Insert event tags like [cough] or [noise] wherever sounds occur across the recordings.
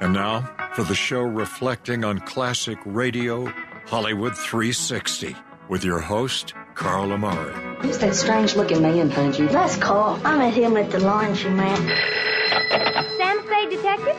And now for the show reflecting on classic radio, Hollywood 360, with your host, Carl Amari. Who's that strange looking man, Bungie? That's Carl. I met him at the laundry, man. Santa Fe Detective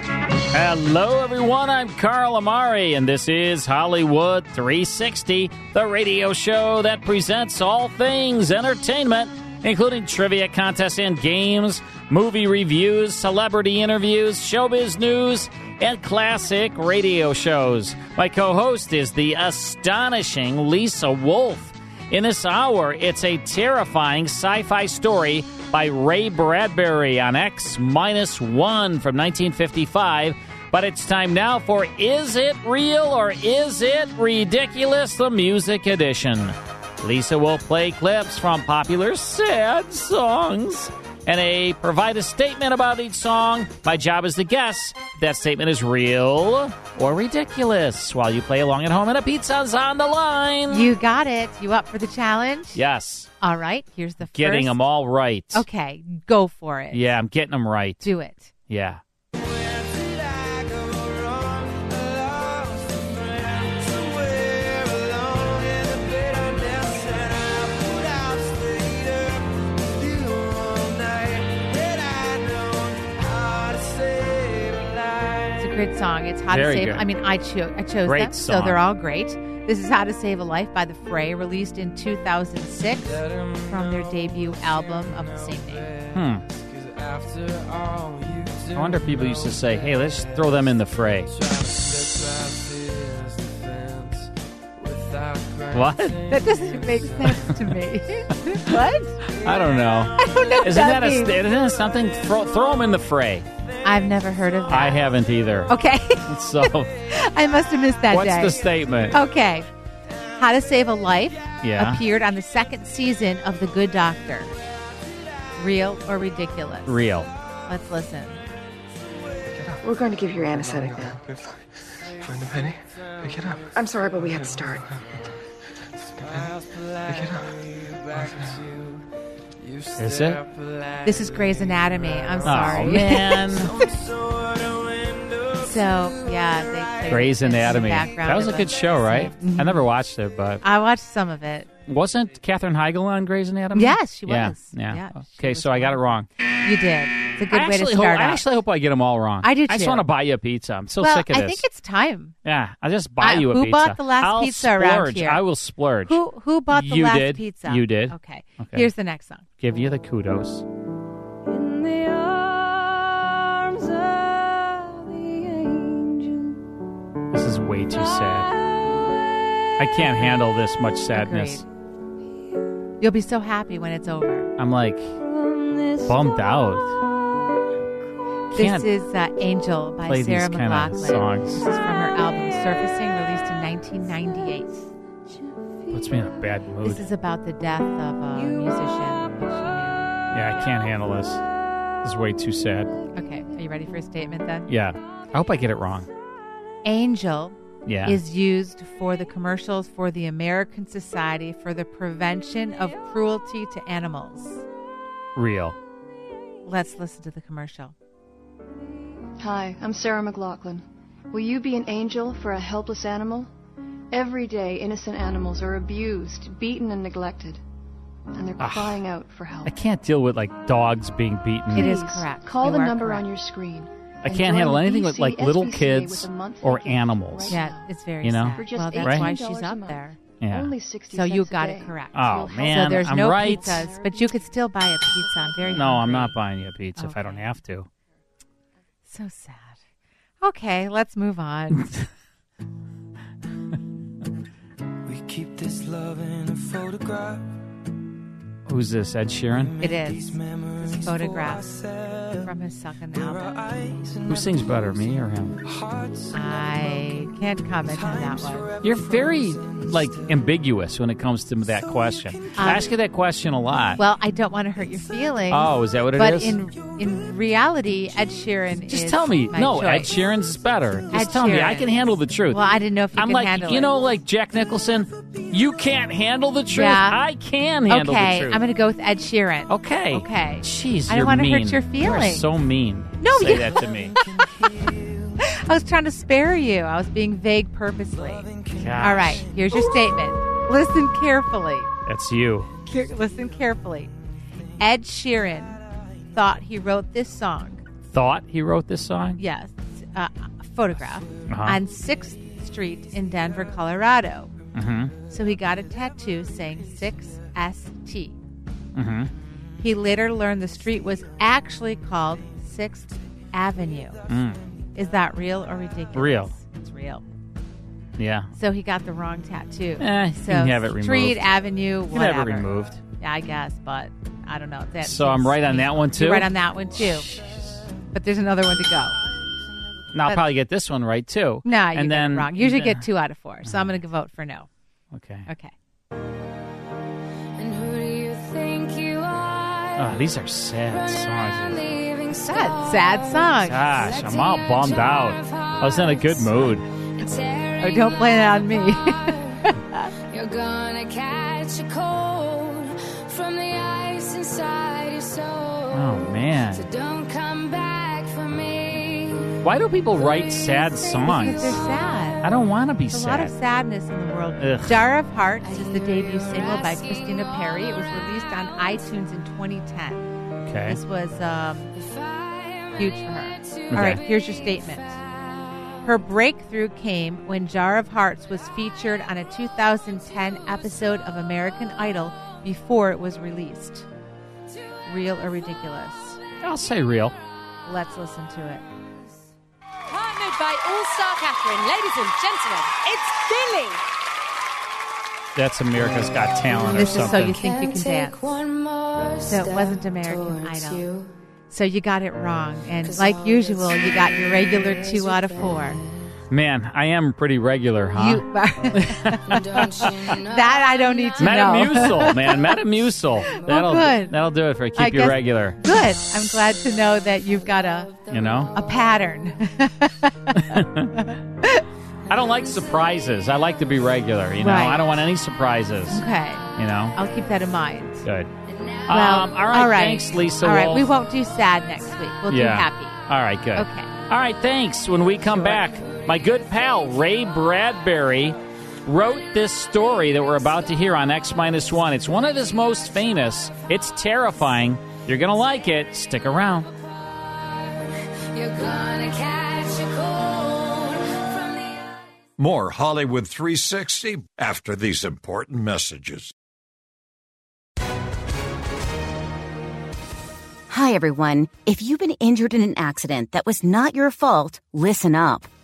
Hello, everyone. I'm Carl Amari, and this is Hollywood 360, the radio show that presents all things entertainment, including trivia contests and games, movie reviews, celebrity interviews, showbiz news, and classic radio shows. My co host is the astonishing Lisa Wolf. In this hour, it's a terrifying sci fi story by Ray Bradbury on X Minus One from 1955. But it's time now for Is It Real or Is It Ridiculous? The Music Edition. Lisa will play clips from popular sad songs and a, provide a statement about each song. My job is to guess if that statement is real or ridiculous while you play along at home and a pizza's on the line. You got it. You up for the challenge? Yes. All right. Here's the Getting first. them all right. Okay, go for it. Yeah, I'm getting them right. Do it. Yeah. It's a good song. It's How Very to Save. good. I mean, I chose. I chose Great them, song. so they're all great. This is How to Save a Life by The Fray, released in 2006 from their debut album of the same name. Hmm. I wonder if people used to say, hey, let's throw them in the fray. What? That doesn't make sense to me. [laughs] what? I don't know. [laughs] I don't know. what Isn't that, a, means. st- isn't that something? Throw, throw them in the fray. I've never heard of that. I haven't either. [laughs] Okay, [laughs] So, I must have missed that what's day. the statement? Okay. How to Save a Life Yeah. appeared on the second season of The Good Doctor. Real or ridiculous? Real. Let's listen. We're going to give you your anesthetic now. Find the penny. Pick it up. I'm sorry, but we had to start. Pick it up. Is it? This is Grey's Anatomy. I'm sorry. Oh, [laughs] man. so, yeah. They, they Grey's it's in the Anatomy. background That was a of Mm-hmm. Uh, good show, right? I never watched it, but I watched some of it. wasn't Katherine Heigl on Grey's Anatomy? Yes, she Yeah, was. Yeah. Yeah, she okay, was so I got it wrong. You did. It's a good I way to actually start hope, out. I actually hope I get them all wrong. I do I just too. want to buy you a pizza. I'm so well, sick of I this. think it's time. yeah, I'll just buy Uh, you a who pizza. bought the last I'll pizza around splurge. here? I will splurge. Who who bought the You last did. pizza? You did. Okay. Okay. Here's the next song. Give you the kudos. In the arms of the angel. This is way too sad. I can't handle this much sadness. You'll be so happy when it's over. I'm like bummed out. Can't this is uh, Angel by play Sarah these kind of McLachlan. This songs. is from her album Surfacing, released in 1998. Puts me in a bad mood. This is about the death of a musician. yeah, I can't handle this. This is way too sad. that she knew. Okay, are you ready for a statement then? Yeah. I hope I get it wrong. Angel Yeah. is used for the commercials for the American Society for the Prevention of Cruelty to Animals. real. Let's listen to the commercial. Hi, I'm Sarah McLaughlin. Will you be an angel for a helpless animal? Every day, innocent animals are abused, beaten, and neglected. And they're Ah. crying out for help. I can't deal with like dogs being beaten. It is Please, correct. Call You the are number correct. on your screen. I can't handle anything with like little kids or animals. Yeah, it's very You know? sad. For just well, that's Right? why $18 she's a up month. there. Yeah. Only 60 So you cents a got it day. correct. Oh man, so there's I'm no right. pizzas, but you could still buy a pizza. I'm very No, I'm hungry. not buying you a pizza if I don't Okay. have to. So sad. Okay, let's [laughs] move on. We keep this love in a photograph Who's this? Ed Sheeran? It is. This photograph from his second album. Who sings better, me or him? I can't comment on that one. You're very like ambiguous when it comes to that question. I ask you that question a lot. Well, I don't want to hurt your feelings. Oh, is that what it but is? in in reality, Ed Sheeran Just is tell me. my No, Ed choice. Sheeran's better. Just Ed tell me. I Sheeran. can handle the truth. Well, I didn't know if you I'm could like, handle you it. know, like Jack Nicholson, you can't handle the truth. Yeah. I can handle okay, the truth. I'm going to go with Ed Sheeran. Okay. Okay. Jeez, I you're don't want to mean. hurt your You're feelings. so mean. No, say you- that to [laughs] me. I was trying to spare you. I was being vague purposely. All right, here's your statement. Listen carefully. That's you. Care- listen carefully. Ed Sheeran thought he wrote this song. Thought he wrote this song? Yes, uh, photograph Uh-huh. on Sixth Street in Denver, Colorado. Mm-hmm. So he got a tattoo saying six S T. Mm-hmm. He later learned the street was actually called Sixth Avenue. Mm. Is that real or ridiculous? Real. It's real. Yeah. So he got the wrong tattoo. Eh, you so can have it Street removed. Avenue, You can have it whatever. removed. Yeah, I guess, but I don't know. That So I'm right on that one, too? You're right on that one too. But there's another one to go. Now I'll But- probably get this one right too. No, and you got it then wrong. You Usually get two out of four, so I'm going to vote for no. Okay. Okay. And who do you think you are? [laughs] Oh, these are sad songs. Leaving scars. Sad, sad song. Gosh, I'm all [laughs] bummed out. I was in a good mood. Oh, don't blame it on me. [laughs] You're gonna catch a cold from the ice inside your soul. Oh man, So don't come back for me. why do people write [laughs] sad songs? Because they're sad. I don't want to be There's a lot of sad. sadness in the world. Ugh. Jar of Hearts is the debut single by Christina Perry. It was released on iTunes in 2010. Okay. This was um, huge for her. Okay. All right, here's your statement. Her breakthrough came when Jar of Hearts was featured on a 2010 episode of American Idol before it was released. Real or ridiculous? I'll say real. Let's listen to it. Partnered by All Star Catherine, ladies and gentlemen, it's Billy. That's America's Got Talent or This is so something. you think you can dance. So it wasn't American Idol. So you got it wrong, and like usual, you got your regular two out of four. Man, I am pretty regular, huh? You [laughs] that I don't need to know. [laughs] Metamucil, man, Metamucil. That'll good. that'll do it for I keep you guess- regular. Good. I'm glad to know that you've got a You know, a pattern. [laughs] I don't like surprises. I like to be regular. You know, Right. I don't want any surprises. okay. You know, I'll keep that in mind. good. Well, um, all right, thanks, Lisa All right, Wolf. we won't do sad next week. We'll do happy. All right, good. Okay. All right, thanks. When we come back, my good pal Ray Bradbury wrote this story that we're about to hear on X Minus One. It's one of his most famous. It's terrifying. You're going to like it. Stick around. You're gonna catch a cold from the More Hollywood 360 after these important messages. Hi, everyone. If you've been injured in an accident that was not your fault, listen up.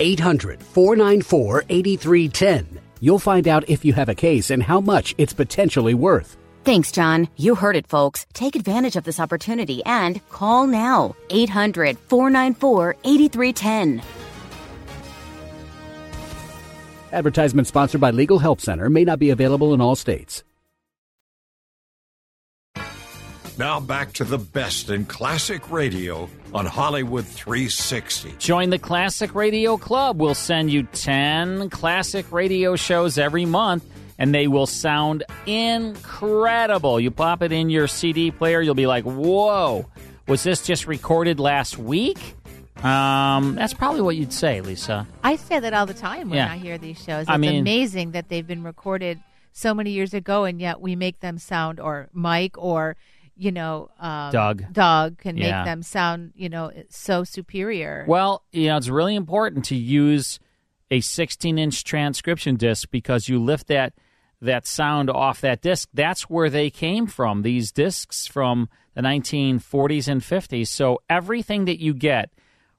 800 494 8310. You'll find out if you have a case and how much it's potentially worth. Thanks, John. You heard it, folks. Take advantage of this opportunity and call now 800 494 8310. Advertisement sponsored by Legal Help Center may not be available in all states. Now back to the best in classic radio on Hollywood 360. Join the Classic Radio Club. We'll send you 10 classic radio shows every month, and they will sound incredible. You pop it in your CD player, you'll be like, whoa, was this just recorded last week? Um, that's probably what you'd say, Lisa. I say that all the time when Yeah. I hear these shows. It's I mean- amazing that they've been recorded so many years ago, and yet we make them sound, or Mike, or you know, um, Doug. Doug can Yeah. make them sound, you know, so superior. Well, you know, it's really important to use a 16-inch transcription disc because you lift that that sound off that disc. That's where they came from. These discs from the 1940s and 50s. So everything that you get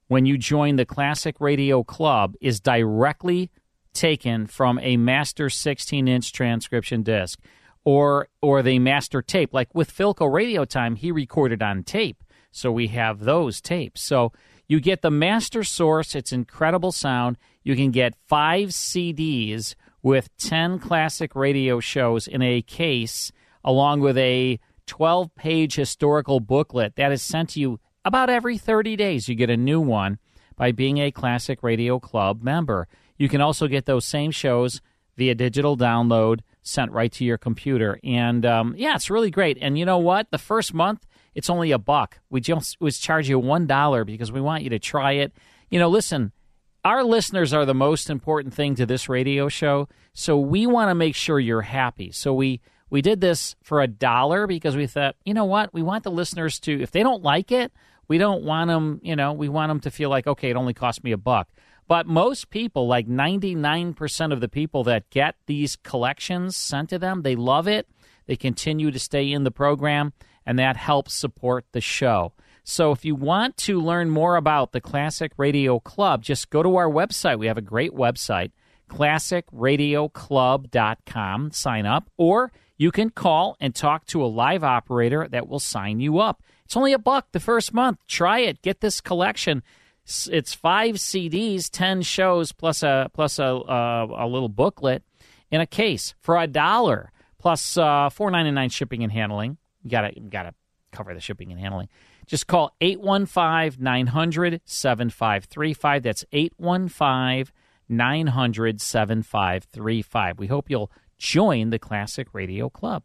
when you join the Classic Radio Club is directly taken from a master 16-inch transcription disc or or the master tape. Like with Philco Radio Time, he recorded on tape. So we have those tapes. So you get the master source, it's incredible sound. You can get 5 CDs with 10 classic radio shows in a case along with a 12-page historical booklet that is sent to you about every 30 days. You get a new one by being a Classic Radio Club member. You can also get those same shows via digital download sent right to your computer. And um, yeah, it's really great. And you know what? The first month, it's only a buck. We just was charge you one dollar because we want you to try it. You know, listen, our listeners are the most important thing to this radio show, so we want to make sure you're happy. So we we did this for a dollar because we thought, you know what, we want the listeners to if they don't like it, we don't want them, you know, we want them to feel like okay, it only cost me a buck. But most people, like 99% of the people that get these collections sent to them, they love it. They continue to stay in the program, and that helps support the show. So if you want to learn more about the Classic Radio Club, just go to our website. We have a great website, classicradioclub.com. Sign up, or you can call and talk to a live operator that will sign you up. It's only a buck the first month. Try it. Get this collection. S- It's five CDs, ten shows, plus a plus a uh, a little booklet in a case for a dollar plus uh, four ninety nine shipping and handling. You gotta you gotta cover the shipping and handling. Just call 815 900 7535. That's 815 900 7535. We hope you'll join the Classic Radio Club.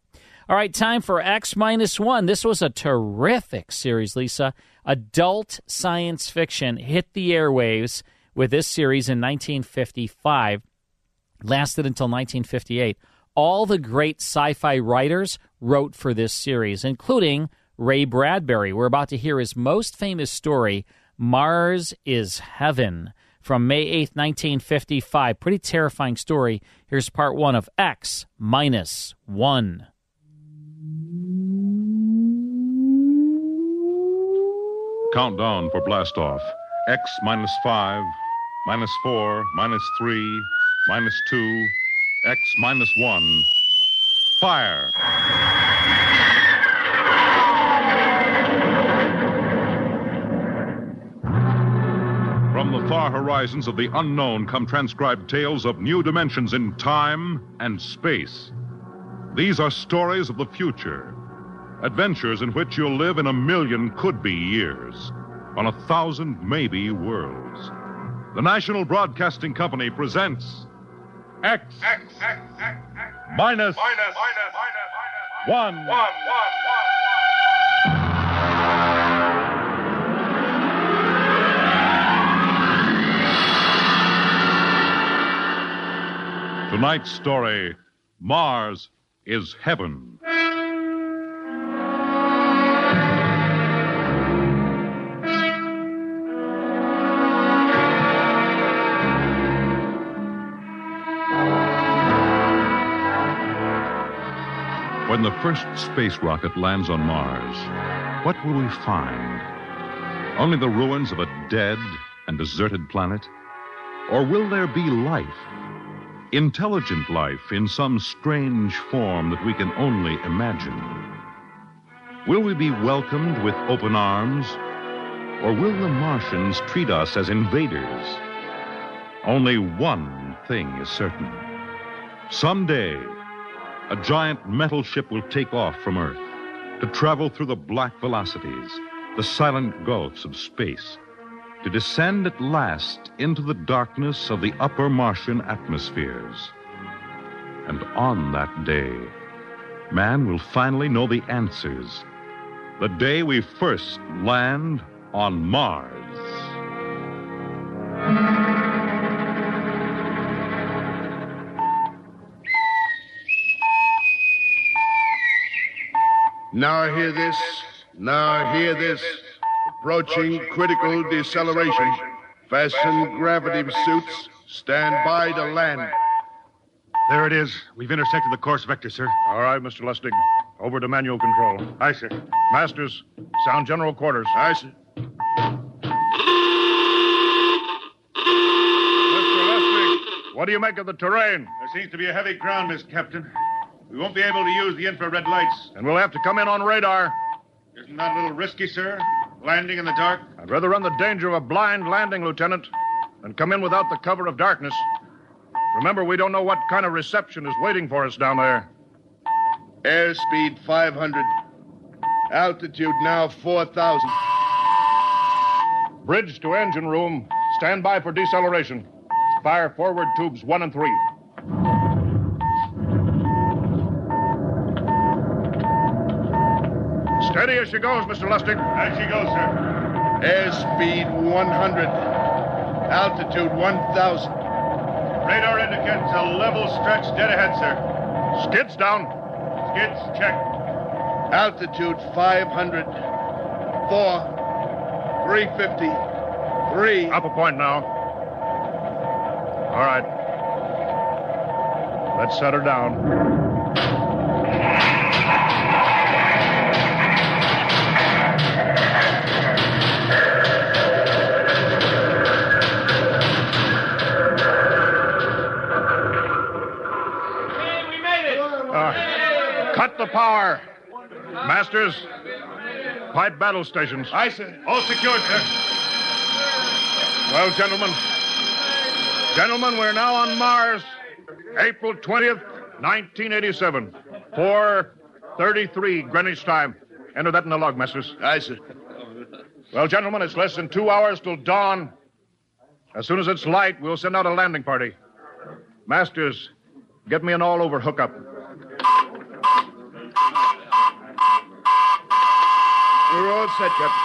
All right, time for X minus one. This was a terrific series, Lisa. Adult science fiction hit the airwaves with this series in 1955 lasted until 1958. All the great sci fi writers wrote for this series, including Ray Bradbury. We're about to hear his most famous story, Mars is Heaven, from May 8, 1955. Pretty terrifying story. Here's part one of X minus one. Countdown for blastoff. X minus five, minus four, minus three, minus two, X minus one. Fire! From the far horizons of the unknown come transcribed tales of new dimensions in time and space. These are stories of the future. Adventures in which you'll live in a million could be years, on a thousand maybe worlds. The National Broadcasting Company presents X, minus one. Tonight's story Mars is Heaven. When the first space rocket lands on Mars, what will we find? Only the ruins of a dead and deserted planet? Or will there be life? Intelligent life in some strange form that we can only imagine? Will we be welcomed with open arms? Or will the Martians treat us as invaders? Only one thing is certain. Someday, a giant metal ship will take off from Earth to travel through the black velocities, the silent gulfs of space, to descend at last into the darkness of the upper Martian atmospheres. And on that day, man will finally know the answers. The day we first land on Mars. Now hear this. Now hear this. Approaching critical deceleration. Fasten gravity suits. Stand by to land. There it is. We've intersected the course vector, sir. All right, Mr. Lustig. Over to manual control. Aye, sir. Masters, sound general quarters. Aye, sir. What do you make of the terrain? There seems to be a heavy ground, Miss Captain. We won't be able to use the infrared lights. And we'll have to come in on radar. Isn't that a little risky, sir? Landing in the dark? I'd rather run the danger of a blind landing, Lieutenant, than come in without the cover of darkness. Remember, we don't know what kind of reception is waiting for us down there. Airspeed 500. Altitude now 4,000. Bridge to engine room. Stand by for deceleration. Fire forward tubes one and three. Steady as she goes, Mr. Lustig. As she goes, sir. Airspeed 100. Altitude 1,000. Radar indicates a level stretch dead ahead, sir. Skids down. Skids check. Altitude 500. 4. 350. 3. Up a point now. All right. Let's set her down. Uh, cut the power. Masters, pipe battle stations. Aye, sir. All secured, sir. Well, gentlemen, Gentlemen, we're now on Mars, April 20th, 1987, 4.33 Greenwich time. Enter that in the log, masters. Aye, sir. Well, gentlemen, it's less than two hours till dawn. As soon as it's light, we'll send out a landing party. Masters, get me an all-over hookup. We're all set, Captain.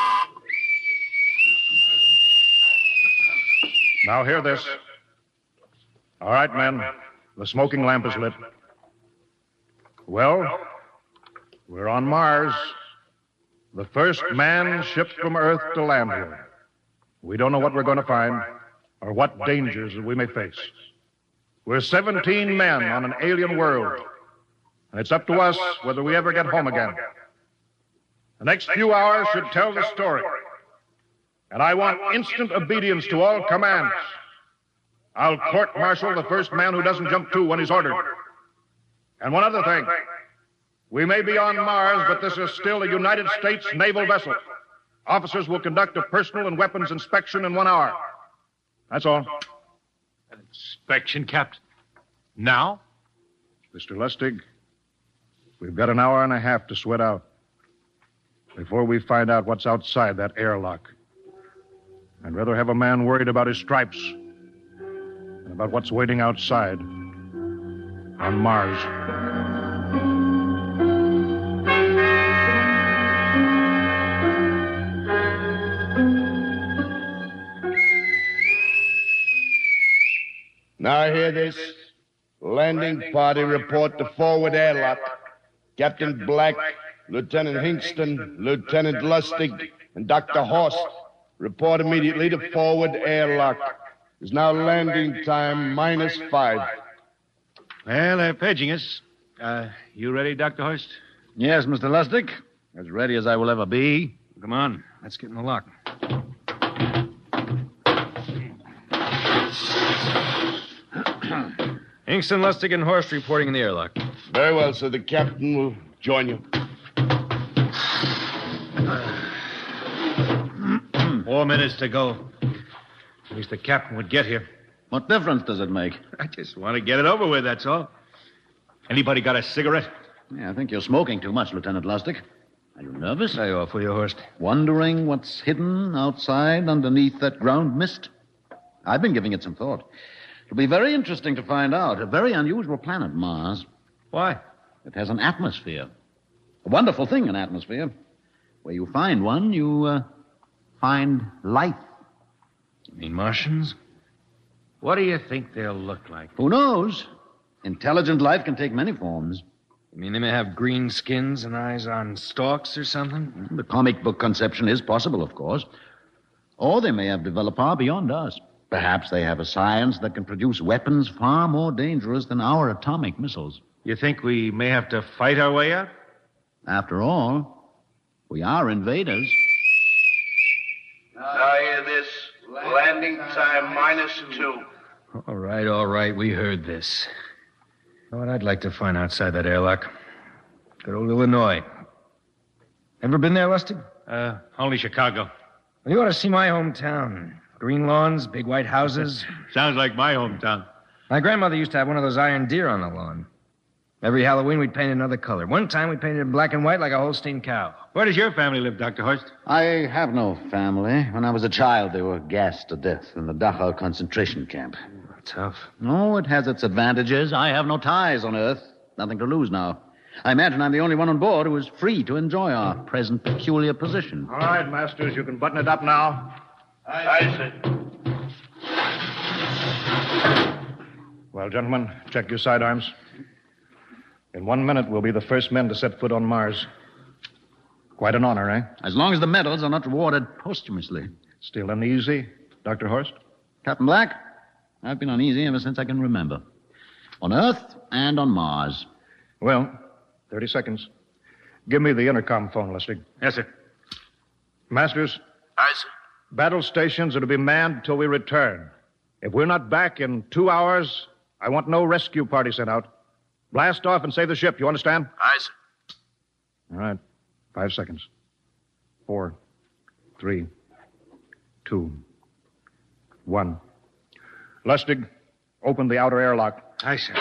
Now hear this. All right, men. The smoking lamp is lit. Well, we're on Mars. The first man shipped from Earth to land here. We don't know what we're going to find or what dangers we may face. We're 17 men on an alien world. And it's up to us whether we ever get home again. The next few hours should tell the story. And I want instant obedience to all commands. I'll court martial the first man who doesn't jump to when he's ordered. And one other thing. We may be on Mars, but this is still a United States naval vessel. Officers will conduct a personal and weapons inspection in one hour. That's all. Inspection, Captain? Now? Mr. Lustig, we've got an hour and a half to sweat out before we find out what's outside that airlock. I'd rather have a man worried about his stripes about what's waiting outside on Mars. Now hear this. Landing party report to forward airlock. Captain Black, Lieutenant Hingston, Lieutenant Lustig, and Dr. Horst report immediately to forward airlock is now landing time minus five. Well, they're paging us. Uh, you ready, Dr. Horst? Yes, Mr. Lustig. As ready as I will ever be. Come on, let's get in the lock. [clears throat] Inkston, Lustig, and Horst reporting in the airlock. Very well, sir. The captain will join you. Four minutes to go. At least the captain would get here. What difference does it make? I just want to get it over with, that's all. Anybody got a cigarette? Yeah, I think you're smoking too much, Lieutenant Lustig. Are you nervous? Lay off, will you, Horst? Wondering what's hidden outside underneath that ground mist? I've been giving it some thought. It'll be very interesting to find out. A very unusual planet, Mars. Why? It has an atmosphere. A wonderful thing, an atmosphere. Where you find one, you uh, find life. You mean Martians? What do you think they'll look like? Who knows? Intelligent life can take many forms. You mean they may have green skins and eyes on stalks or something? The comic book conception is possible, of course. Or they may have developed far beyond us. Perhaps they have a science that can produce weapons far more dangerous than our atomic missiles. You think we may have to fight our way out? After all, we are invaders. Now hear this. Landing time minus two. All right, all right, we heard this. You know what I'd like to find outside that airlock? Good old Illinois. Ever been there, Lustig? Uh, only Chicago. Well, you ought to see my hometown. Green lawns, big white houses. Sounds like my hometown. My grandmother used to have one of those iron deer on the lawn. Every Halloween, we'd paint it another color. One time, we painted it black and white like a Holstein cow. Where does your family live, Dr. Horst? I have no family. When I was a child, they were gassed to death in the Dachau concentration camp. Tough. No, it has its advantages. I have no ties on Earth. Nothing to lose now. I imagine I'm the only one on board who is free to enjoy our present peculiar position. All right, Masters, you can button it up now. I see. Well, gentlemen, check your sidearms. In one minute, we'll be the first men to set foot on Mars. Quite an honor, eh? As long as the medals are not rewarded posthumously. Still uneasy, Dr. Horst? Captain Black, I've been uneasy ever since I can remember. On Earth and on Mars. Well, 30 seconds. Give me the intercom phone, Lustig. Yes, sir. Masters, I see. battle stations are to be manned till we return. If we're not back in two hours, I want no rescue party sent out. Blast off and save the ship, you understand? I see. All right. Five seconds. Four, three, two, one. Lustig, open the outer airlock. I see.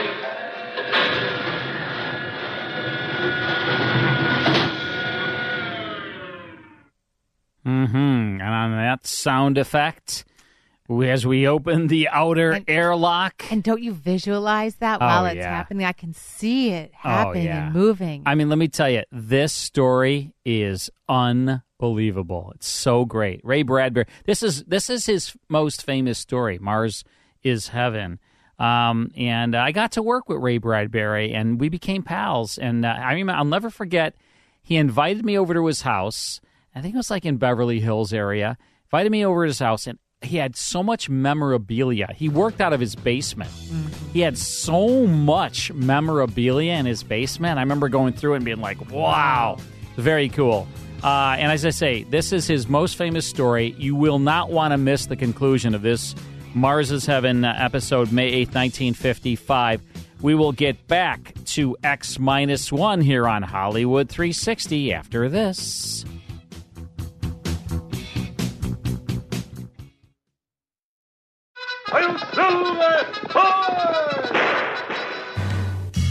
Mm-hmm. And on that sound effect, we- as we open the outer airlock. And don't you visualize that Oh, while it's yeah. happening? I can see it Oh, happening yeah. and moving. I mean, let me tell you, this story is unbelievable. It's so great. Ray Bradbury. This is this is his most famous story. Mars is heaven. Um, and I got to work with Ray Bradbury, and we became pals. And uh, I remember, I'll never forget. He invited me over to his house. I think it was like in Beverly Hills area. Invited me over to his house, and he had so much memorabilia. He worked out of his basement. He had so much memorabilia in his basement. I remember going through it and being like, wow, very cool. Uh, and as I say, this is his most famous story. You will not want to miss the conclusion of this Mars is Heaven uh, episode, May 8th, 1955. We will get back to X minus one here on Hollywood 360 after this.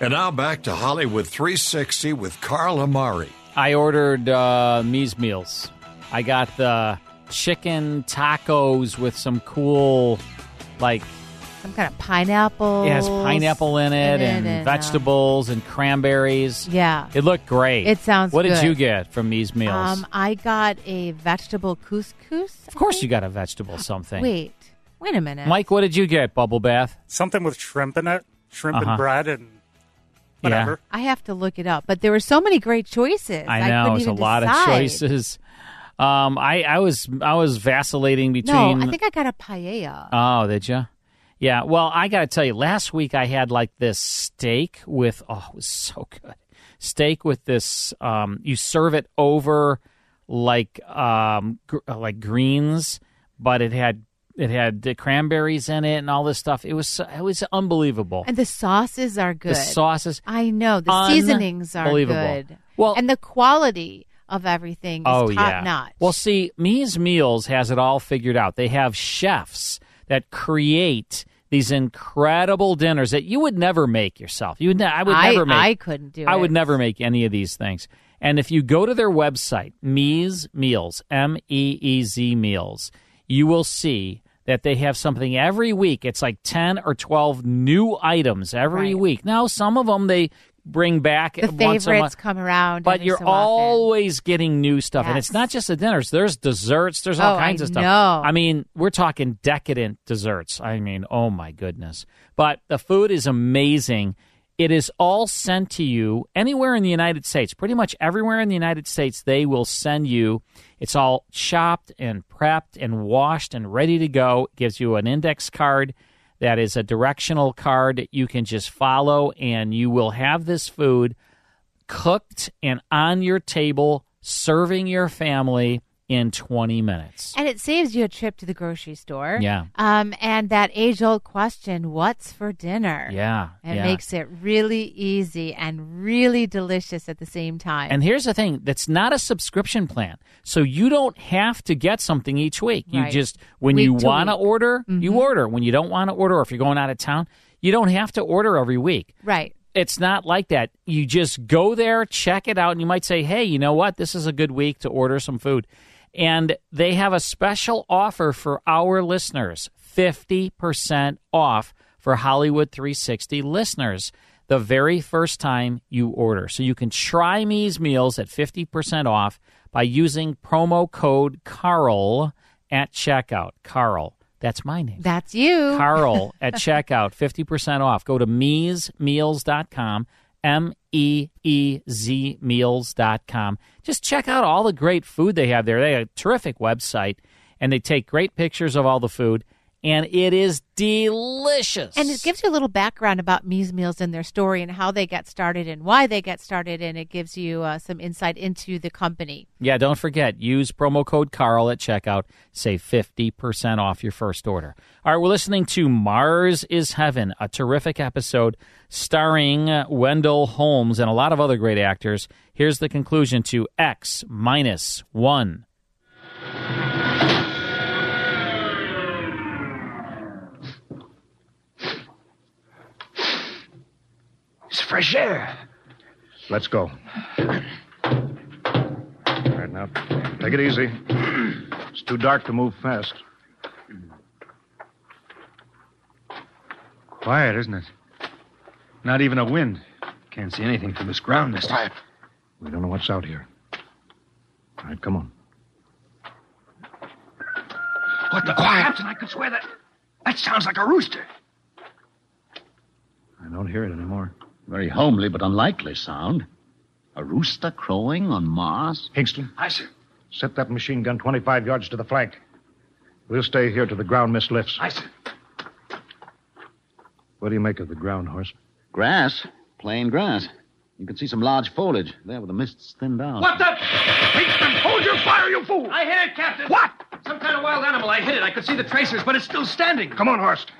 And now back to Hollywood 360 with Carl Amari. I ordered uh, Mies meals. I got the chicken tacos with some cool, like Some kind of pineapple. it has pineapple in it and, uh, vegetables and cranberries. yeah. It looked great. It sounds What did good. you get from these meals? Um, I got a vegetable couscous. of course, you got a vegetable something. Wait, wait a minute. Mike, what did you get? Bubble bath. Something with shrimp in it, shrimp Uh-huh. and bread, and Whatever. I have to look it up, but there were so many great choices. I know couldn't it's a even lot decide. of choices. Um, I I was I was vacillating between. No, I think I got a paella. Oh, did you? Yeah. Well, I got to tell you, last week I had like this steak with oh, it was so good, steak with this. Um, you serve it over like um, gr- uh, like greens, but it had it had the cranberries in it and all this stuff. It was so- it was unbelievable. And the sauces are good. The sauces. I know. The seasonings are Unbelievable. good. Well, and the quality of everything is oh top yeah. notch. Well, see, Me's Meals has it all figured out. They have chefs that create these incredible dinners that you would never make yourself. You would ne- I would I- never make. I couldn't do I would it. never make any of these things. And if you go to their website, Me's Meals, M E E Z Meals, you will see that they have something every week. It's like 10 or 12 new items every week. Now, some of them they bring back The once a favorites month. come around. But every you're so always getting new stuff. And it's not just the dinners. There's desserts. There's all Oh, kinds I of stuff. know. I mean, we're talking decadent desserts. I mean, oh my goodness. But the food is amazing. It is all sent to you anywhere in the United States. Pretty much everywhere in the United States, they will send you. It's all chopped and prepped and washed and ready to go. It gives you an index card that is a directional card that you can just follow, and you will have this food cooked and on your table, serving your family in 20 minutes. And it saves you a trip to the grocery store. Yeah. Um, and that age old question, what's for dinner? Yeah, It yeah. makes it really easy and really delicious at the same time. And here's the thing that's not a subscription plan. So you don't have to get something each week. You Right. just, when Week you to want to week. order, Mm-hmm. you order. When you don't want to order, or if you're going out of town, you don't have to order every week. right. It's not like that. You just go there, check it out, and you might say, hey, you know what? This is a good week to order some food. And they have a special offer for our listeners 50% off for Hollywood 360 listeners the very first time you order. So you can try Me's Meals at 50% off by using promo code Carl at checkout. Carl, that's my name. That's you. Carl at checkout, 50% off. Go to meesmeals.com, M E E Z meals.com. Just check out all the great food they have there. They have a terrific website, and they take great pictures of all the food, and it is delicious. And it gives you a little background about Me's Meals and their story and how they got started and why they got started. And it gives you uh, some insight into the company. Yeah, don't forget, use promo code Carl at checkout. Save 50% off your first order. All right, we're listening to Mars is Heaven, a terrific episode starring uh, Wendell Holmes and a lot of other great actors. Here's the conclusion to X minus one. It's fresh air. Let's go. All right, now, take it easy. It's too dark to move fast. Quiet, isn't it? Not even a wind. Can't see anything from this ground this time. We don't know what's out here. All right, come on. What the quiet? Captain, I could swear that. That sounds like a rooster. I don't hear it anymore. Very homely but unlikely sound. A rooster crowing on Mars? Hingston. Hi, sir. Set that machine gun 25 yards to the flank. We'll stay here till the ground mist lifts. I sir. What do you make of the ground, Horse? Grass. Plain grass. You can see some large foliage there where the mist's thinned out. What the? Hingston, hold your fire, you fool! I hit it, Captain. What? Some kind of wild animal. I hit it. I could see the tracers, but it's still standing. Come on, Horst.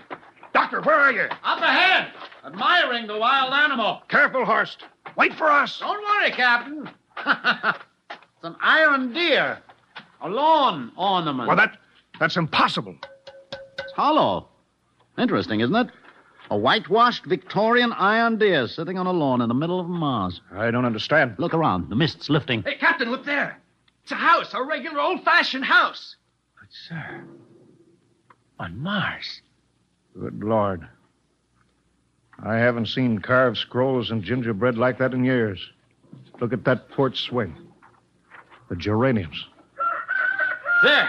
Doctor, where are you? Up ahead, admiring the wild animal. Careful, Horst. Wait for us. Don't worry, Captain. it's an iron deer. A lawn ornament. Well, that that's impossible. It's hollow. Interesting, isn't it? A whitewashed Victorian iron deer sitting on a lawn in the middle of Mars. I don't understand. Look around. The mist's lifting. Hey, Captain, look there. It's a house, a regular old fashioned house. But, sir, on Mars. Good Lord. I haven't seen carved scrolls and gingerbread like that in years. Look at that port swing. The geraniums. There.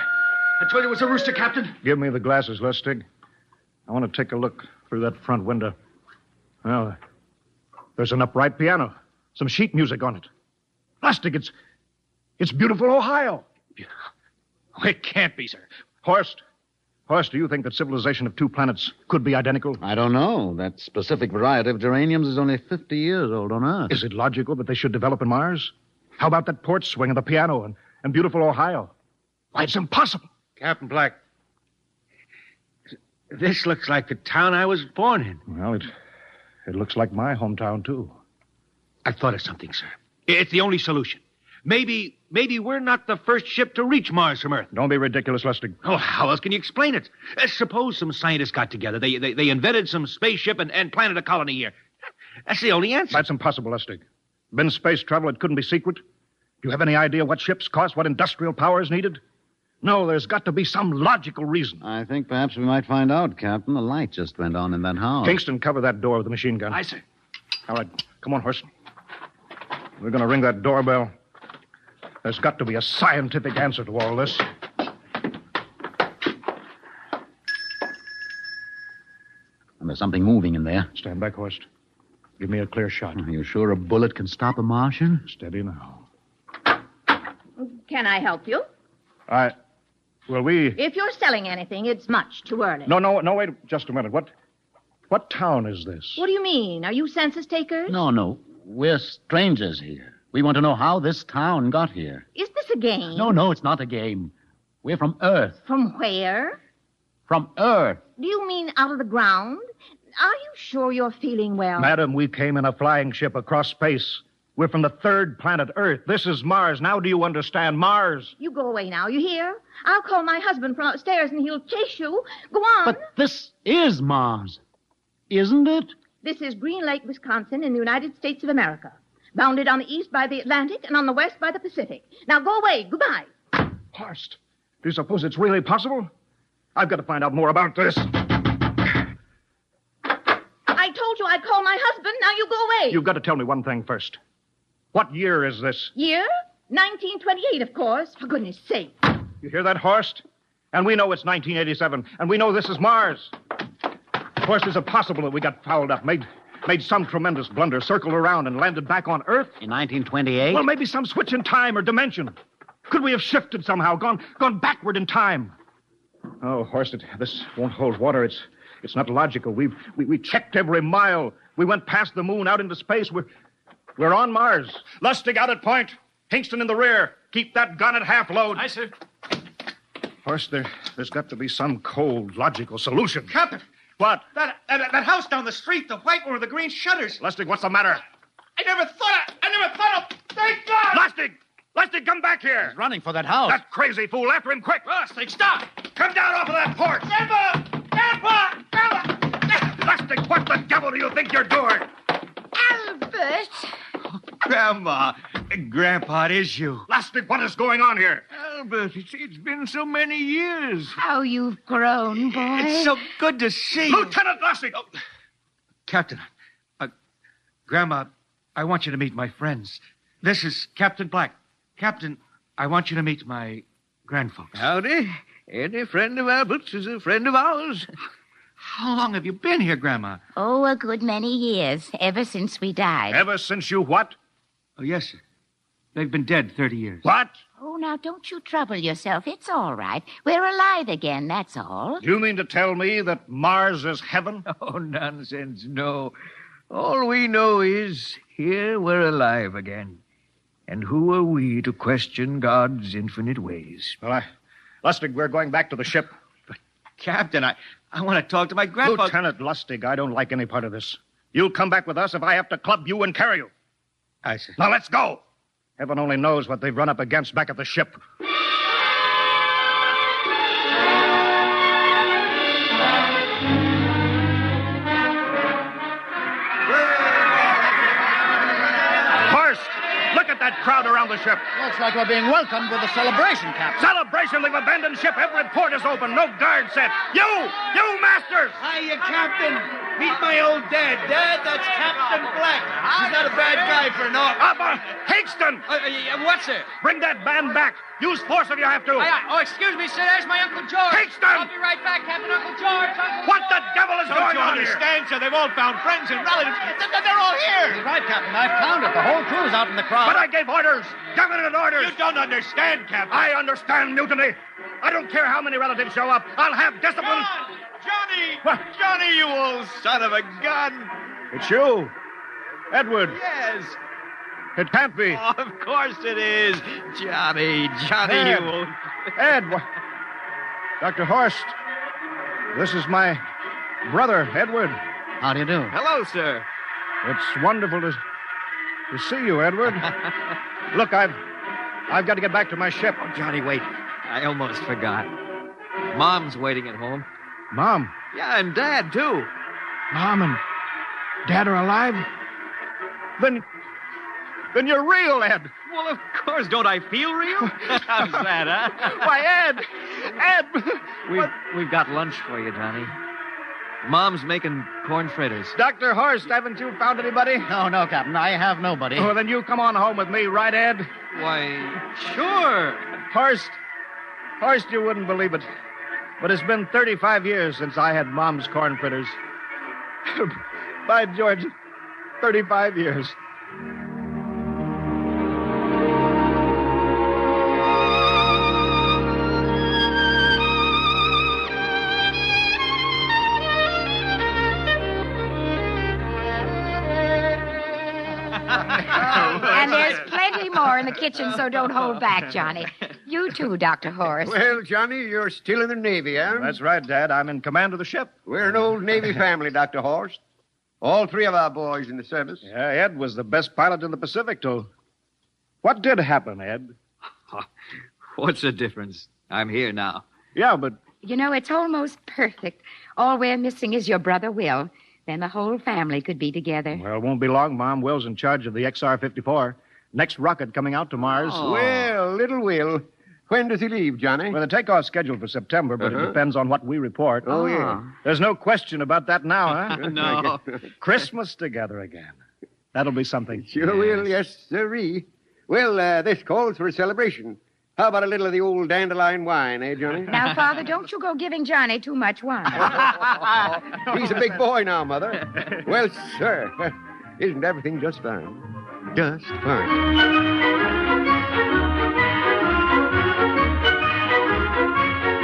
I told you it was a rooster, Captain. Give me the glasses, Lustig. I want to take a look through that front window. Well, there's an upright piano, some sheet music on it. Lustig, it's [laughs] it's beautiful Ohio. It can't be, sir. Horst, Horace, do you think that civilization of two planets could be identical? I don't know. That specific variety of geraniums is only 50 years old on Earth. Is it logical that they should develop in Mars? How about that porch swing and the piano and, and beautiful Ohio? Why, it's impossible. Captain Black. This looks like the town I was born in. Well, it, it looks like my hometown, too. I've thought of something, sir. It's the only solution. Maybe, maybe we're not the first ship to reach Mars from Earth. Don't be ridiculous, Lustig. Oh, how else can you explain it? Uh, suppose some scientists got together. They, they, they invented some spaceship and, and planted a colony here. That's the only answer. That's impossible, Lustig. Been space travel, it couldn't be secret. Do you have any idea what ships cost, what industrial power is needed? No, there's got to be some logical reason. I think perhaps we might find out, Captain. The light just went on in that house. Kingston, cover that door with the machine gun. I see. All right, come on, Horst. We're going to ring that doorbell. There's got to be a scientific answer to all this. And there's something moving in there. Stand back, Horst. Give me a clear shot. Are you sure a bullet can stop a Martian? Steady now. Can I help you? I. Well, we. If you're selling anything, it's much too early. No, no, no, wait just a minute. What. What town is this? What do you mean? Are you census takers? No, no. We're strangers here. We want to know how this town got here. Is this a game? No, no, it's not a game. We're from Earth. From where? From Earth. Do you mean out of the ground? Are you sure you're feeling well? Madam, we came in a flying ship across space. We're from the third planet Earth. This is Mars. Now do you understand? Mars. You go away now, you hear? I'll call my husband from upstairs and he'll chase you. Go on. But this is Mars, isn't it? This is Green Lake, Wisconsin, in the United States of America. Bounded on the east by the Atlantic and on the west by the Pacific. Now go away. Goodbye. Horst, do you suppose it's really possible? I've got to find out more about this. I told you I'd call my husband. Now you go away. You've got to tell me one thing first. What year is this? Year? 1928, of course. For goodness sake. You hear that, Horst? And we know it's 1987, and we know this is Mars. Horst, is it possible that we got fouled up, made made some tremendous blunder, circled around, and landed back on Earth? In 1928? Well, maybe some switch in time or dimension. Could we have shifted somehow, gone gone backward in time? Oh, Horst, it, this won't hold water. It's it's not logical. We've we, we checked every mile. We went past the moon, out into space. We're we're on Mars. Lustig out at point. Hingston in the rear. Keep that gun at half load. Aye, sir. Horst, there, there's got to be some cold, logical solution. Captain, What? that, that that house down the street, the white one with the green shutters. Lustig, what's the matter? I never thought of, I never thought of. Thank God! Lustig! Lustig, come back here! He's running for that house. That crazy fool, after him quick! Lustig, stop! Come down off of that porch! Never! Never! Never! Lustig, what the devil do you think you're doing? Albert! Grandma. Grandpa, it is you. Lustig, what is going on here? Albert, it's, it's been so many years. How you've grown, boy. It's so good to see you. Lieutenant Lustig! Oh, Captain, uh, Grandma, I want you to meet my friends. This is Captain Black. Captain, I want you to meet my grandfolks. Howdy. Any friend of Albert's is a friend of ours. How long have you been here, Grandma? Oh, a good many years, ever since we died. Ever since you what? Oh, yes, sir. They've been dead 30 years. What? Oh, now don't you trouble yourself. It's all right. We're alive again, that's all. Do you mean to tell me that Mars is heaven? [laughs] Oh, nonsense, no. All we know is here we're alive again. And who are we to question God's infinite ways? Well, I... Lustig, we're going back to the ship. Captain, I, I want to talk to my grandpa. Lieutenant Lustig, I don't like any part of this. You'll come back with us if I have to club you and carry you. I see. Now let's go. Heaven only knows what they've run up against back at the ship. Horst, look at that crowd around the ship. Looks like we're being welcomed with a celebration, Captain. Celebration! They've abandoned ship. Every port is open. No guard set. You, you masters! Hiya, Captain. Meet my old dad. Dad, that's Captain Black. He's not a bad guy for an officer. Up, uh, Higston! Uh, uh, what, sir? Bring that band back. Use force if you have to. I, I- oh, excuse me, sir. There's my Uncle George. Kingston! I'll be right back, Captain Uncle George. Uncle What the George. devil is going on here? sir? They've all found friends and relatives. Th- th- They're all here. right, Captain. I've counted. The whole crew's out in the crowd. But I gave orders. Government orders. You don't understand, Captain. I understand mutiny. I don't care how many relatives show up. I'll have discipline. Johnny! Johnny, you old son of a gun! It's you, Edward. Yes! It can't be. Oh, of course it is. Johnny, Johnny, Ed. you old. Ed, wha- Dr. Horst, this is my brother, Edward. How do you do? Hello, sir. It's wonderful to, to see you, [laughs] Edward. Look, I've I've got to get back to my ship. Oh, Johnny, wait. I almost forgot. Mom's waiting at home. Mom. Yeah, and Dad, too. Mom and Dad are alive? Then then you're real, Ed. Well, of course. Don't I [laughs] feel real? [laughs] How's that, huh? Why, Ed! Ed! We've, we've got lunch for you, Johnny. Mom's making corn [laughs] fritters. Dr. Horst, haven't you found anybody? No, no, Captain. I have nobody. Well, then you come on home with me, right, Ed? Why, sure. Horst, Horst, you wouldn't believe it. But it's been 35 years since I had Mom's corn fritters. [laughs] By George, 35 years. [laughs] [laughs] And there's plenty more in the kitchen, so don't hold back, Johnny. You too, Dr. Horace. Well, Johnny, you're still in the Navy, eh? That's right, Dad. I'm in command of the ship. We're an old [laughs] Navy family, Dr. Horst. All three of our boys in the service. Yeah, Ed was the best pilot in the Pacific, too. What did happen, Ed? What's the difference? I'm here now. Yeah, but You know, it's almost perfect. All we're missing is your brother Will. Then the whole family could be together. Well, it won't be long, Mom. Will's in charge of the XR 54. Next rocket coming out to Mars. Oh. Well, little Will. When does he leave, Johnny? Well, the takeoff's scheduled for September, but Uh-huh. it depends on what we report. Oh, yeah. Ah. There's no [laughs] question about that now, [laughs] huh? No. [laughs] Christmas together again. That'll be something. Sure will, yes, sirree. Well, uh, this calls for a celebration. How about a little of the old dandelion wine, eh, Johnny? Now, Father, don't you go giving Johnny too much wine. He's a big boy now, [laughs] Mother. Well, sir, isn't everything just fine? Just fine. Oh,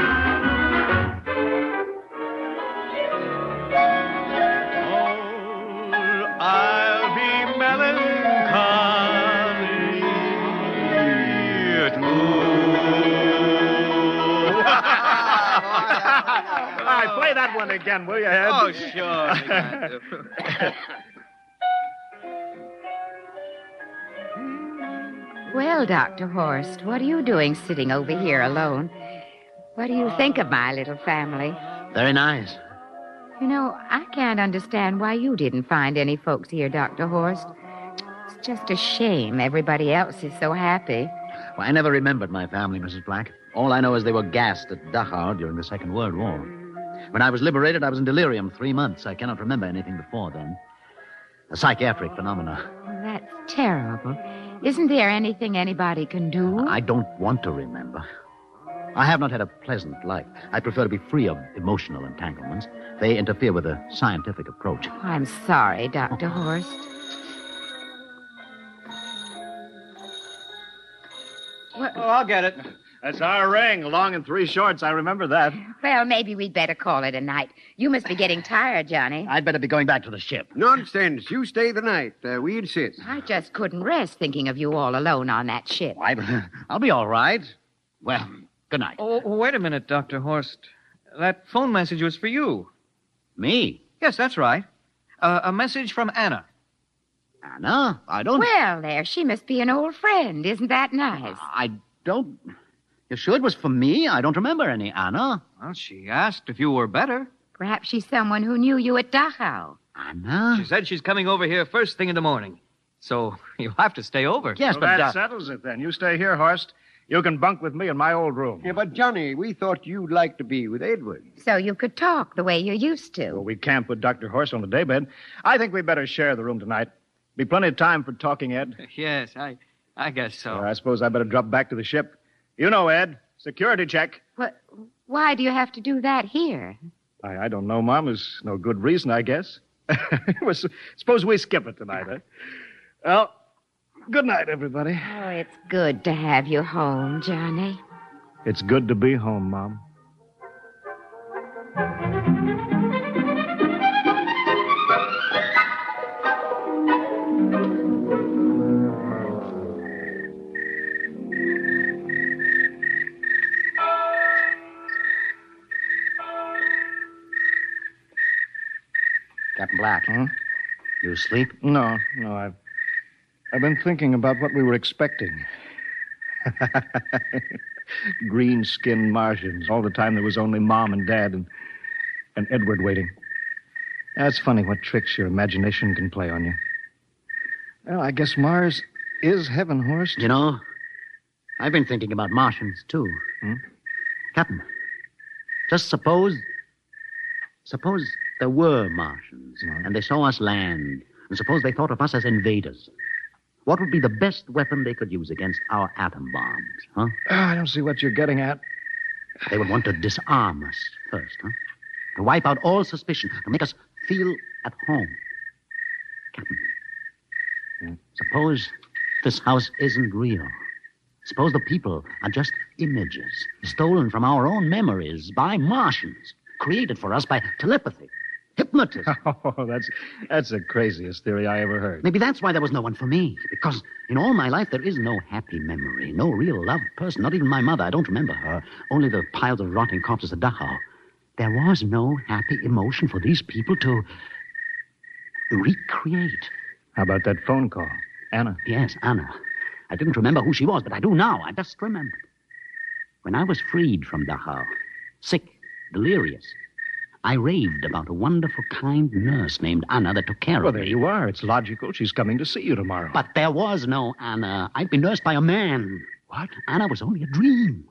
I'll be melancholy All right, play that one again, will you, Ed? Oh, [laughs] [laughs] sure. Well, Dr. Horst, what are you doing sitting over here alone? What do you think of my little family? Very nice. You know, I can't understand why you didn't find any folks here, Dr. Horst. It's just a shame everybody else is so happy. Well, I never remembered my family, Mrs. Black. All I know is they were gassed at Dachau during the Second World War. When I was liberated, I was in delirium three months. I cannot remember anything before then. A psychiatric phenomena. That's terrible. Isn't there anything anybody can do? I don't want to remember. I have not had a pleasant life. I prefer to be free of emotional entanglements. They interfere with a scientific approach. I'm sorry, Dr. Horst. Oh, I'll get it. That's our ring, long and three shorts. I remember that. Well, maybe we'd better call it a night. You must be getting tired, Johnny. I'd better be going back to the ship. Nonsense. You stay the night. Uh, we insist. I just couldn't rest thinking of you all alone on that ship. I, uh, I'll be all right. Well, good night. Oh, wait a minute, Dr. Horst. That phone message was for you. Me? Yes, that's right. Uh, a message from Anna. Anna? I don't. Well, there, she must be an old friend. Isn't that nice? I don't. You sure it was for me? I don't remember any Anna. Well, she asked if you were better. Perhaps she's someone who knew you at Dachau. Anna? She said she's coming over here first thing in the morning. So [laughs] you'll have to stay over. well, that uh, settles it then. You stay here, Horst. You can bunk with me in my old room. Yeah, but Johnny, we thought you'd like to be with Edward. So you could talk the way you used to. Well, we can't put Dr. Horst on the daybed. I think we better share the room tonight. Be plenty of time for talking, Ed. Yes, I, I guess [laughs] so. I suppose I better drop back to the ship. You know, Ed, security check. What, why do you have to do that here? I, I don't know, Mom. There's no good reason, I guess. [laughs] Well, s- suppose we skip it tonight, eh? Well, good night, everybody. Oh, it's good to have you home, Johnny. It's good to be home, Mom. Captain Black. eh? You asleep? No, no, I've I've been thinking about what we were expecting. [laughs] Green skinned Martians. All the time there was only Mom and Dad and and Edward waiting. That's funny what tricks your imagination can play on you. Well, I guess Mars is heaven, Horace. You know, I've been thinking about Martians, too. Hmm? Captain, just suppose. Suppose there were Martians Hmm? and they saw us land, and suppose they thought of us as invaders. What would be the best weapon they could use against our atom bombs, huh? Ah, I don't see what you're getting at. They would want to disarm us first, huh? To wipe out all suspicion, to make us feel at home. Captain, Hmm? suppose this house isn't real. Suppose the people are just images stolen from our own memories by Martians, created for us by telepathy, hypnotism. [laughs] Oh, that's that's the craziest theory I ever heard. Maybe that's why there was no one for me. Because in all my life, there is no happy memory, no real loved person, not even my mother. I don't remember her. Only the piles of rotting corpses at Dachau. There was no happy emotion for these people to recreate. How about that phone call? Anna. Yes, Anna. I didn't remember who she was, but I do now. I just remembered. When I was freed from Dachau, sick, delirious, I raved about a wonderful, kind nurse named Anna that took care Well, of me. there you are. It's logical. She's coming to see you tomorrow. But there was no Anna. I'd been nursed by a man. What? Anna was only a dream.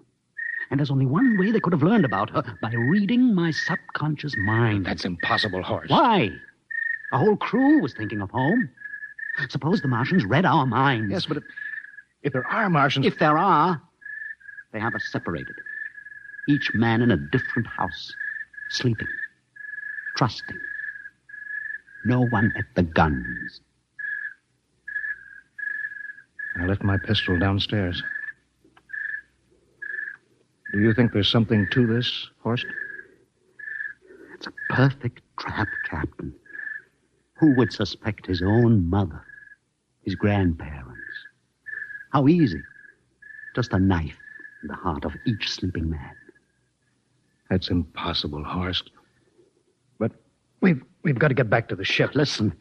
And there's only one way they could have learned about her by reading my subconscious mind. That's impossible, Horace. Why? A whole crew was thinking of home. Suppose the Martians read our minds. Yes, but if, if there are Martians. If there are, they have us separated. Each man in a different house, sleeping, trusting. No one at the guns. I left my pistol downstairs. Do you think there's something to this, Horst? Perfect trap, Captain. Who would suspect his own mother, his grandparents? How easy. Just a knife in the heart of each sleeping man. That's impossible, Horst. We've, we've got to get back to the ship. Listen.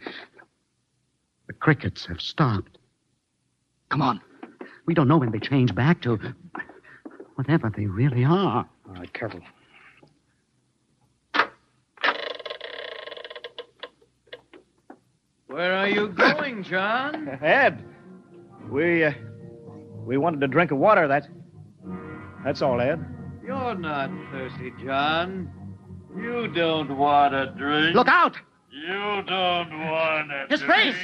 The crickets have stopped. Come on. We don't know when they change back to whatever they really are. All right, careful. Where are you going, [laughs] John? Ed, we uh, we wanted a drink of water. That that's all, Ed. You're not thirsty, John. You don't want a drink. Look out! You don't want a His face!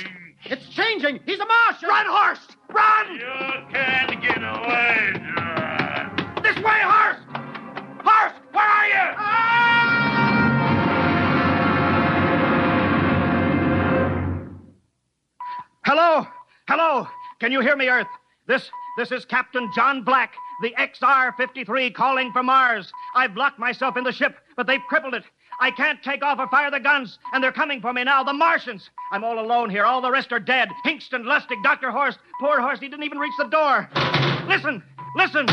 It's changing! He's a Martian! Run, Horst! Run! You can't get away, John! This way, Horst! Horst, where are you? Hello? Hello? Can you hear me, Earth? This this is Captain John Black, the XR-53 calling for Mars. I've locked myself in the ship, but they've crippled it. I can't take off or fire the guns, and they're coming for me now, the Martians. I'm all alone here. All the rest are dead. Hinkston, Lustig, Dr. Horst. Poor Horst, he didn't even reach the door. Listen, listen.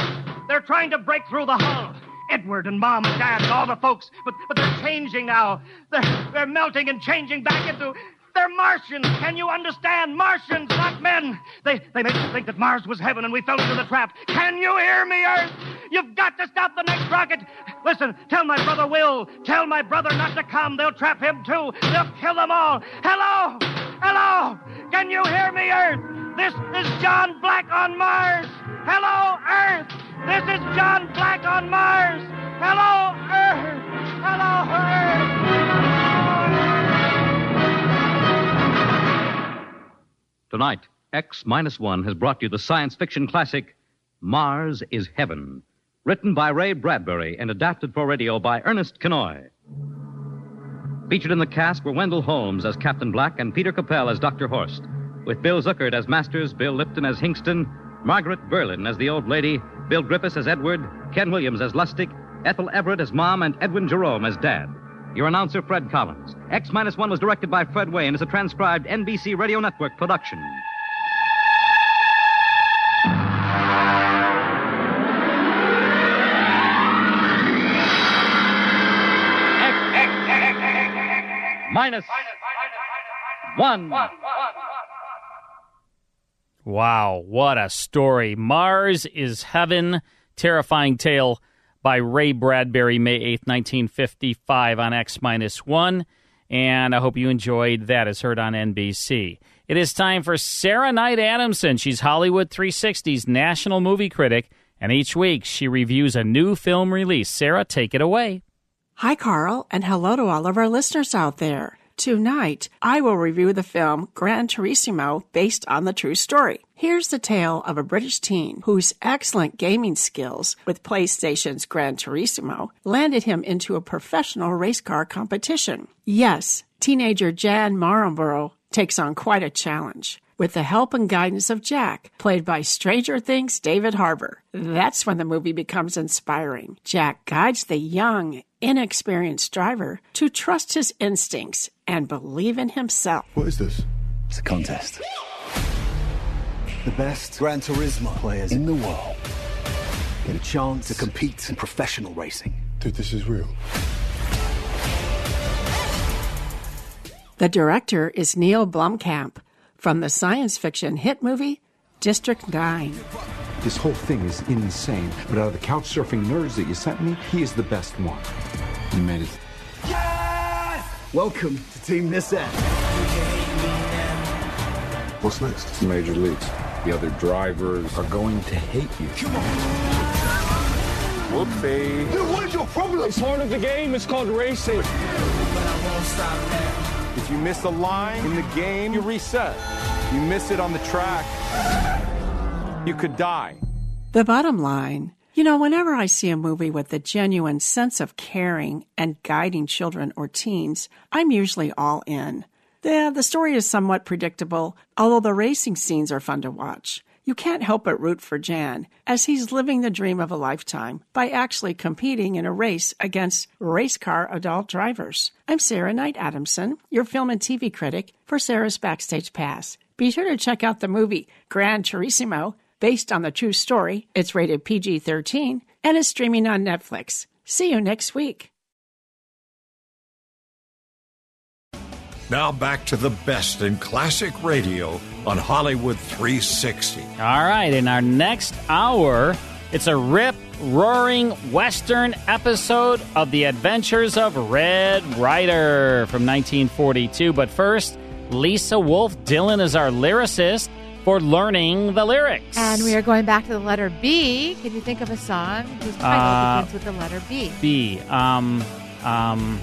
They're trying to break through the hull. Edward and Mom and Dad and all the folks, but, but they're changing now. They're, they're melting and changing back into. They're Martians. Can you understand? Martians, not men. They, they made us think that Mars was heaven and we fell into the trap. Can you hear me, Earth? You've got to stop the next rocket. Listen, tell my brother Will. Tell my brother not to come. They'll trap him too. They'll kill them all. Hello? Hello? Can you hear me, Earth? This is John Black on Mars. Hello, Earth. This is John Black on Mars. Hello, Earth. Hello, Tonight, X Minus One has brought you the science fiction classic, Mars is Heaven, written by Ray Bradbury and adapted for radio by Ernest Kenoy. Featured in the cast were Wendell Holmes as Captain Black and Peter Capell as Dr. Horst, with Bill Zuckert as Masters, Bill Lipton as Hingston, Margaret Berlin as the old lady, Bill Griffiths as Edward, Ken Williams as Lustig, Ethel Everett as Mom, and Edwin Jerome as Dad. Your announcer, Fred Collins. X 1 was directed by Fred Way and is a transcribed NBC Radio Network production. Minus one. Wow, what a story. Mars is Heaven, Terrifying Tale by Ray Bradbury, May 8th, 1955 on X Minus One. And I hope you enjoyed that as heard on NBC. It is time for Sarah Knight Adamson. She's Hollywood 360's national movie critic, and each week she reviews a new film release. Sarah, take it away. Hi, Carl, and hello to all of our listeners out there. Tonight, I will review the film Gran Turismo based on the true story. Here's the tale of a British teen whose excellent gaming skills with PlayStation's Gran Turismo landed him into a professional race car competition. Yes, teenager Jan Marlborough takes on quite a challenge. With the help and guidance of Jack, played by Stranger Things David Harbour. That's when the movie becomes inspiring. Jack guides the young, inexperienced driver to trust his instincts and believe in himself. What is this? It's a contest. The best Gran Turismo players in the world get a chance to compete in professional racing. Dude, this is real. The director is Neil Blomkamp from the science fiction hit movie District 9. This whole thing is insane, but out of the couch surfing nerds that you sent me, he is the best one. You made it. Welcome to Team Nissan. What's next? Major leagues. The other drivers are going to hate you. Come on. Whoopsie. Dude, what is your problem? It's part of the game. It's called racing. If you miss a line in the game, you reset. You miss it on the track, you could die. The bottom line you know, whenever I see a movie with a genuine sense of caring and guiding children or teens, I'm usually all in. The, the story is somewhat predictable, although the racing scenes are fun to watch. You can't help but root for Jan, as he's living the dream of a lifetime by actually competing in a race against race car adult drivers. I'm Sarah Knight Adamson, your film and TV critic for Sarah's Backstage Pass. Be sure to check out the movie Gran Turismo, based on the true story. It's rated PG 13 and is streaming on Netflix. See you next week. Now back to the best in classic radio on Hollywood 360. All right, in our next hour, it's a rip roaring Western episode of The Adventures of Red Rider from 1942. But first, Lisa Wolf Dillon is our lyricist for learning the lyrics. And we are going back to the letter B. Can you think of a song whose title Uh, begins with the letter B? B. Um, um,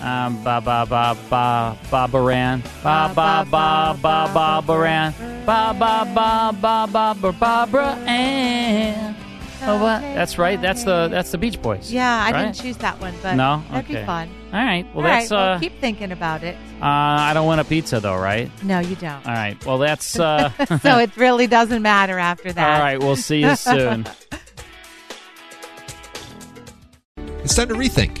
um, ba ba ba ba ba baran. Ba ba ba ba ba baran. Ba ba ba ba ba ba Barbara Ann. Oh, what? That's right. That's the that's the Beach Boys. Yeah, I right? didn't choose that one, but No? that'd be Okay. fun. All right. Well, All that's right, uh, well, keep thinking about it. uh, I don't want a pizza though, right? No, you don't. All right. Well, that's uh. so it really doesn't matter after [laughs] [laughs] that. All right. We'll see you [laughs] soon. It's time to rethink,